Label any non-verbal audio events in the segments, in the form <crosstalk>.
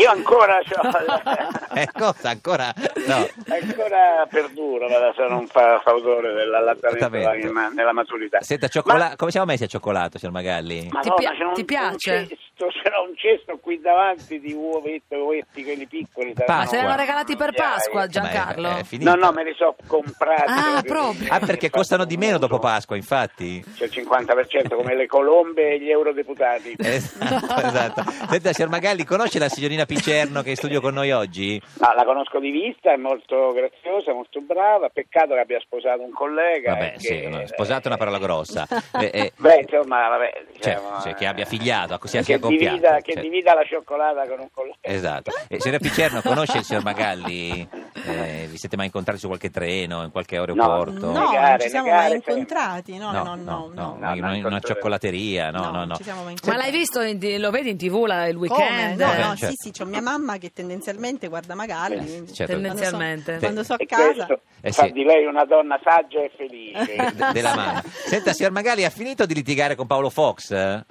io ancora, <laughs> c'ho- <laughs> Eh, cosa ancora? No. ancora perduro, ma adesso non fa favore Allattamento. dell'allattamento ma- nella maturità. Senta, Ma- cioccolato, come siamo messi a cioccolato, signor Eh, Magalli? Ma Ti no, pi- ma c'era un- ti piace? Un cesto, c'era un cesto qui davanti di uovette, uovetti, quelli piccoli. Pasqua. Ma se l'hanno regalati per Pasqua, Ma è- Giancarlo. è finita. No, no, me li so comprati. Ah, proprio. proprio. Ah, perché costano di meno dopo Pasqua, infatti. C'è il 50% come le colombe e gli eurodeputati. Esatto, esatto. Senta, signor Magalli, conosce la signorina Picerno che è in studio con noi oggi? Ah, la conosco di vista, è molto graziosa, molto brava. Peccato che abbia sposato un collega. Vabbè, e sì, che- no, sposato è una parola <laughs> grossa. Eh, eh, Beh, insomma, vabbè, Cioè, diciamo, cioè, eh, che abbia figliato, sia- sia che, accoppiato, divida, che cioè. divida la cioccolata con un collega. Esatto. Eh, signora Picerno, conosce il signor Magalli? Eh, vi siete mai incontrati su qualche treno, in qualche aeroporto? No, No, non negare, ci siamo negare mai sempre. incontrati. No, no, no. Esatto. no, in no, no. una- in una incontreremo. cioccolateria, no, No, no, non no. <laughs> ci siamo mai Ma incontrati. l'hai visto, in- lo vedi in tv la- il Come? weekend? No, Eh, no, certo. sì, sì, c'ho mia mamma che tendenzialmente guarda Magali. certo. Tendenzialmente. Quando so, E quando so a casa. questo Eh fa sì. di lei una donna saggia e felice. <laughs> De- della mamma. Senta, signor Magali, ha finito di litigare con Paolo Fox? Eh?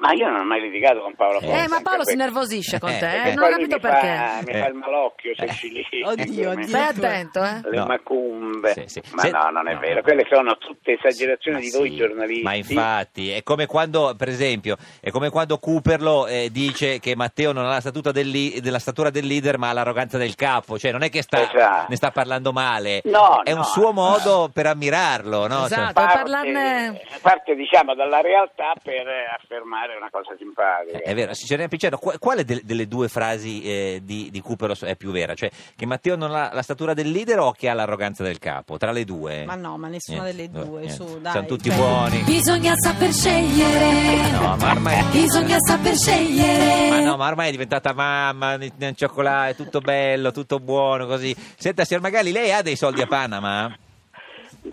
ma io non ho mai litigato con Paolo Forte. Eh, ma Paolo si nervosa nervosisce con te, Eh, eh, non ho capito perché. Mi fa il malocchio se Eh. ci lì. Oddio, come oddio. Stai attento, eh. Le No. macumbe. Sì, sì. Ma Se- no, non è no, vero. no. Quelle sono tutte esagerazioni Ma di voi sì, giornalisti. Ma infatti, è come quando, per esempio, è come quando Cooperlo eh, dice che Matteo non ha la statura del, li- della statura del leader, ma ha l'arroganza del capo. Cioè, non è che sta- Esatto. ne sta parlando male. No, è no. un suo modo per ammirarlo, no? Cioè, Esatto. Parte, parlarne- parte, diciamo dalla realtà per eh, affermare una cosa simpatica. eh, è vero, signorina Picciano, qua- quale del- delle due frasi eh, di, di Cooperlo so- è più vera? Cioè, che Matteo non ha la statura del leader o che ha l'arroganza del capo? Tra le due? Ma no, ma nessuna Niente, Eh, delle due, niente. su, dai. Sono tutti Cioè, buoni. Bisogna saper scegliere. No, ma ormai... Bisogna saper Ma no, scegliere. ma ormai è diventata mamma, nel nel cioccolato, è tutto bello, tutto buono, così. Senta, signor Magali, lei ha dei soldi a Panama?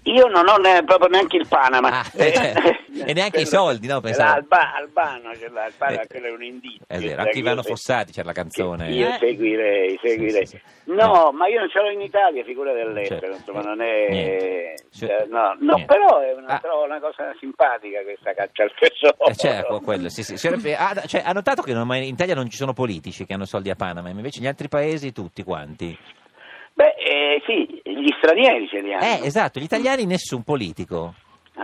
Io non ho ne- proprio neanche il Panama. Ah, eh, certo. E neanche <laughs> i soldi, no, pensavo. L'Alba, Albano, cioè, l'Albano, Eh, quello è un indizio. È vero, Cioè, anche io Ivano se- Fossati c'era la che canzone. Io Eh. seguirei, seguirei. Sì, sì, sì. No, ma io non ce l'ho in Italia, figura dell'estero, Certo. insomma, non è... Niente. Sì. eh, no, no, Niente. però è una, Ah. trovo una cosa simpatica questa caccia al tesoro. Eh, certo, quello, sì, sì. Signora Pe- ah, cioè, ha notato che non- in Italia non ci sono politici che hanno soldi a Panama, invece gli altri paesi tutti quanti. Beh, eh, sì, gli stranieri ce li hanno. Eh, esatto, gli italiani nessun politico.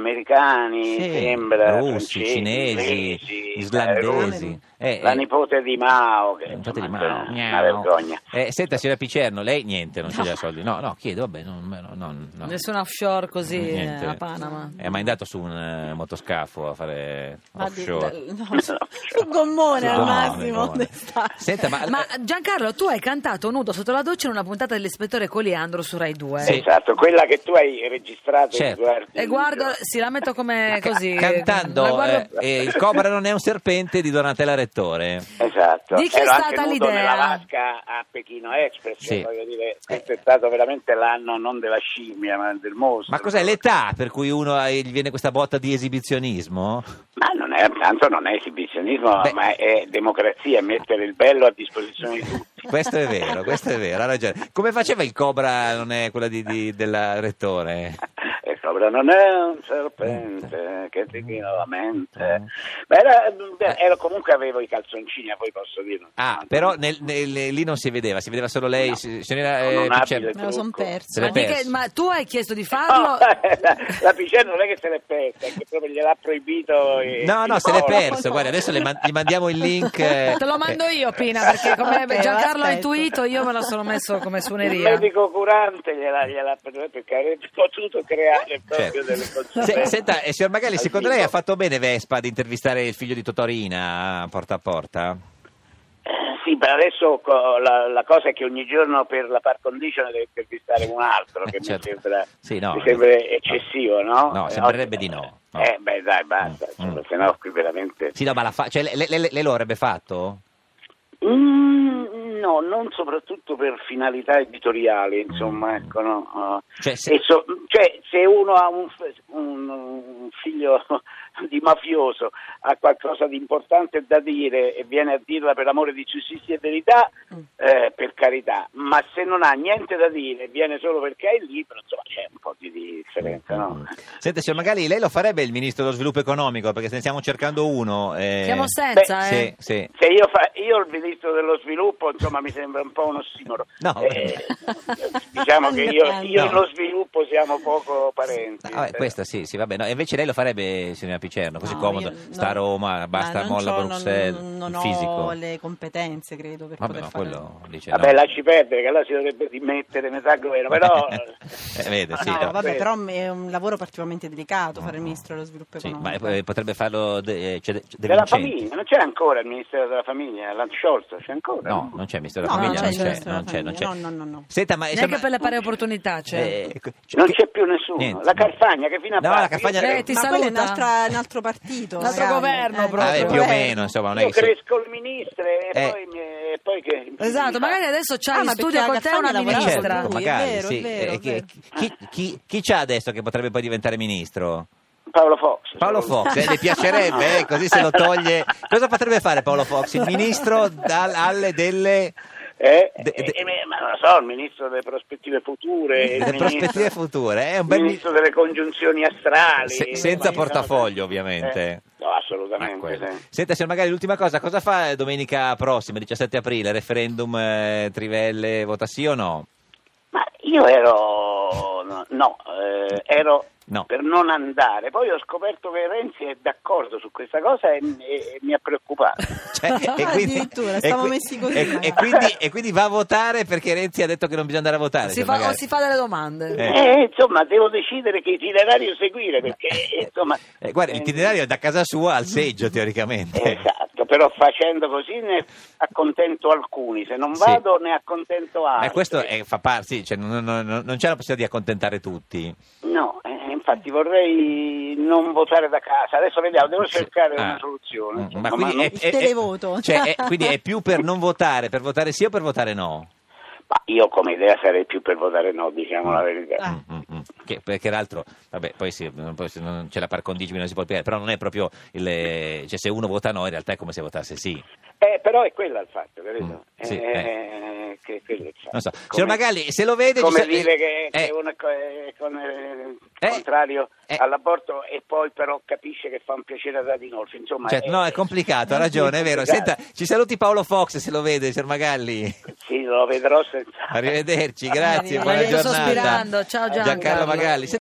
Americani, Sì, sembra... russi, francesi, cinesi, inglesi, islandesi. Eh, La eh, nipote di Mao, che Infatti, insomma, ma- è una miau. vergogna. Eh, <laughs> senta, signora Picerno, lei niente, non ce li ha soldi. No, no, chiedo, vabbè, non- no, no, no. Nessun offshore così Niente. eh, a Panama. È mai andato su un eh, motoscafo a fare ma di- offshore? da- no, su- sul gommone No, al massimo. no, no. d'estate. Senta, ma, Ma Giancarlo, tu hai cantato nudo sotto la doccia in una puntata dell'ispettore Coliandro su Rai 2. Sì. Esatto, quella che tu hai registrato Certo. e guardi. E guardo, sì, la metto come eh, ca- eh, così. cantando la guardo- eh, eh, Il cobra non è un serpente di Donatella Rettore. Esatto. Di chi è Ero anche stata nudo l'idea? nella vasca a Pechino Express, Sì. Eh. cioè, voglio dire, questo è stato veramente l'anno non della scimmia, ma del mostro. Ma cos'è l'età per cui uno eh, gli viene questa botta di esibizionismo? Ma non è, tanto non è esibizionismo, Beh. ma è democrazia, mettere il bello a disposizione di tutti. Questo è vero, questo è vero, ha ragione. Come faceva il cobra, non è quella di, di- della Rettore? <laughs> E sopra non è un serpente che ti chino la Eh. mente. Ma era, beh, ero- comunque avevo i calzoncini, a voi posso dirlo. Ah, però nel- nel- lì non si vedeva, si vedeva solo lei. No. si- signora, Con un eh, Picerno. abile Me lo son trucco. perso. Se ma, l'è di che- perso. ma tu hai chiesto di No, farlo? Oh, la, <laughs> la Picena non è che se l'è persa, è che proprio gliel'ha proibito. eh, No, no, il se l'è foro. perso. Guarda, adesso le man- gli mandiamo il link. eh. <laughs> Te lo mando io, Pina, perché <laughs> come Ok, Giancarlo ha aspetto. intuito, io me la sono messo come Il suoneria. medico curante gliel'ha, gliel'ha perdonato perché avrebbe potuto creare proprio Certo. delle Se- conseguenze. senta, eh, signor Magali, Al secondo lei ha vivo. fatto bene Vespa ad intervistare il figlio di Totorina porta a porta? Eh, Sì, per adesso co- la, la cosa è che ogni giorno per la par condition deve intervistare un altro, che Eh, certo. mi sembra, Sì, no, mi sembra no. eccessivo, no? No, Eh, sembrerebbe oggi- di no, no. Eh, beh, dai, basta, Mm, insomma, mm. se no qui veramente... Sì, no, ma la fa- cioè, lei, lei- lei lo avrebbe fatto? Mm, no, non soprattutto per finalità editoriali, insomma, Mm. ecco, no. Cioè, se- E so- cioè, se uno ha un, f- un- un figlio <laughs> di mafioso ha qualcosa di importante da dire e viene a dirla per amore di giustizia e verità, Mm. eh, per carità, ma se non ha niente da dire e viene solo perché è libero, insomma c'è un po' di differenza, no? Sente, Mm. signor Magali, lei lo farebbe il ministro dello sviluppo economico? Perché se ne stiamo cercando uno. eh, Siamo senza, beh, Sì, eh. sì. Se io, fa- io il ministro dello sviluppo, insomma, mi sembra un po' uno ossimoro. <laughs> No, Eh, <laughs> diciamo che io, io No. e lo sviluppo siamo poco parenti. eh. Ah, beh, questa sì, sì, vabbè. No, e invece lei lo farebbe, signora Picerno, così No, comodo. io non- Sta a Roma, basta, ma non molla c'ho- non- Bruxelles, Non, il ho fisico. le competenze, credo, per Vabbè, poter no, fare. quello dice Vabbè, Cioè, no. lasci perdere, che allora si dovrebbe dimettere metà <laughs> governo, però... Eh, vede, sì, No, no. vabbare, Sì. Ah, però m- è un lavoro particolarmente delicato fare il Mm. ministro dello sviluppo Sì, ma economico. eh, potrebbe farlo de- eh, cioè, De, De Della Vincenti. famiglia, non c'è ancora il ministero della famiglia, l'ha sciolto, c'è ancora? No, non c'è il ministro della No, famiglia, non non c'è il c'è, ministro non della c'è, non c'è. famiglia, no, no, no, no. Senta, Cioè, ma Neanche insomma, per le pari opportunità cioè. c'è. eh, ecco, Non che- c'è più nessuno. niente. La Carfagna che fino a No, la Pasqua- Carfagna- Io, Eh, ti ma quello è saluta. un'altra- un altro partito. Un altro magari. Eh. governo, proprio. Vabbè, altro Ah, più o governo. meno, insomma, non è io che se- cresco il ministro e Eh. poi, mi- e poi che... Esatto, magari adesso c'ha Ah, in ma studio perché con la te una Gaffani lavorava ministra. con certo, lui, Eh, è magari, vero, è sì. vero, Eh, è chi- vero. chi, chi- chi c'è adesso che potrebbe poi diventare ministro? Paolo Fox. Paolo Fox, eh, le piacerebbe, eh, così <laughs> se lo toglie. Cosa potrebbe fare Paolo Fox? Il ministro dal- alle delle Eh, De- eh, de- eh, ma non lo so, il ministro delle prospettive future, il delle Eh, ministro- prospettive future? Eh, È un il bel mi- ministro delle congiunzioni astrali. Se- senza Insomma, portafoglio, eh, ovviamente. no, Ah, assolutamente. quello. sì. Senta, se magari l'ultima cosa, cosa fa domenica prossima, 17 aprile, referendum eh, Trivelle, vota sì o no? Ma io ero... no, no, eh, ero No. per non andare. Poi ho scoperto che Renzi è d'accordo su questa cosa e, e- e mi ha preoccupato. <laughs> Cioè, Addirittura, stavamo messi così, e- magari. e quindi, e quindi va a votare perché Renzi ha detto che non bisogna andare a votare. Si cioè, fa, o magari. si fa delle domande. Eh. Eh, insomma, devo decidere che itinerario seguire perché, insomma... Eh, guarda, eh, l'itinerario è da casa sua al <laughs> seggio, teoricamente. Eh, Esatto, però facendo così ne accontento alcuni, se non Sì. vado ne accontento altri. Eh, questo è- fa parte, sì, cioè, non, non- non- non c'è la possibilità di accontentare tutti. No, eh, infatti vorrei non votare da casa, adesso vediamo, devo Sì. cercare Ah. una soluzione. Mm, insomma, ma quindi ma non- è, Il è- è- televoto. cioè, è- quindi è più per non votare, per votare sì o per votare no? ma io come idea sarei più per votare no, diciamo la verità. Ah. Mm, mm, mm. Che, perché l'altro, vabbè, poi, sì, non, poi se non c'è la par condicio, non si può piegare, però non è proprio il. cioè, se uno vota no, in realtà è come se votasse sì. Eh, però è quello il fatto, capito? Mm, sì, Eh, che è quello il fatto. Non so. Come- Signor Magali, se lo vede. ci Come sa- dire eh, che, che eh, uno è co- è con- eh, Eh. contrario Eh. all'aborto e poi però capisce che fa un piacere ad Adinolfi, insomma... certo, no, è complicato, ha ragione, è vero. complicato. Senta, ci saluti Paolo Fox se lo vede, signor <laughs> Magalli. Sì, lo vedrò senza... Arrivederci, grazie, buona Arrivederci. giornata. Sto sospirando, ciao Giancarlo. Giancarlo Magalli.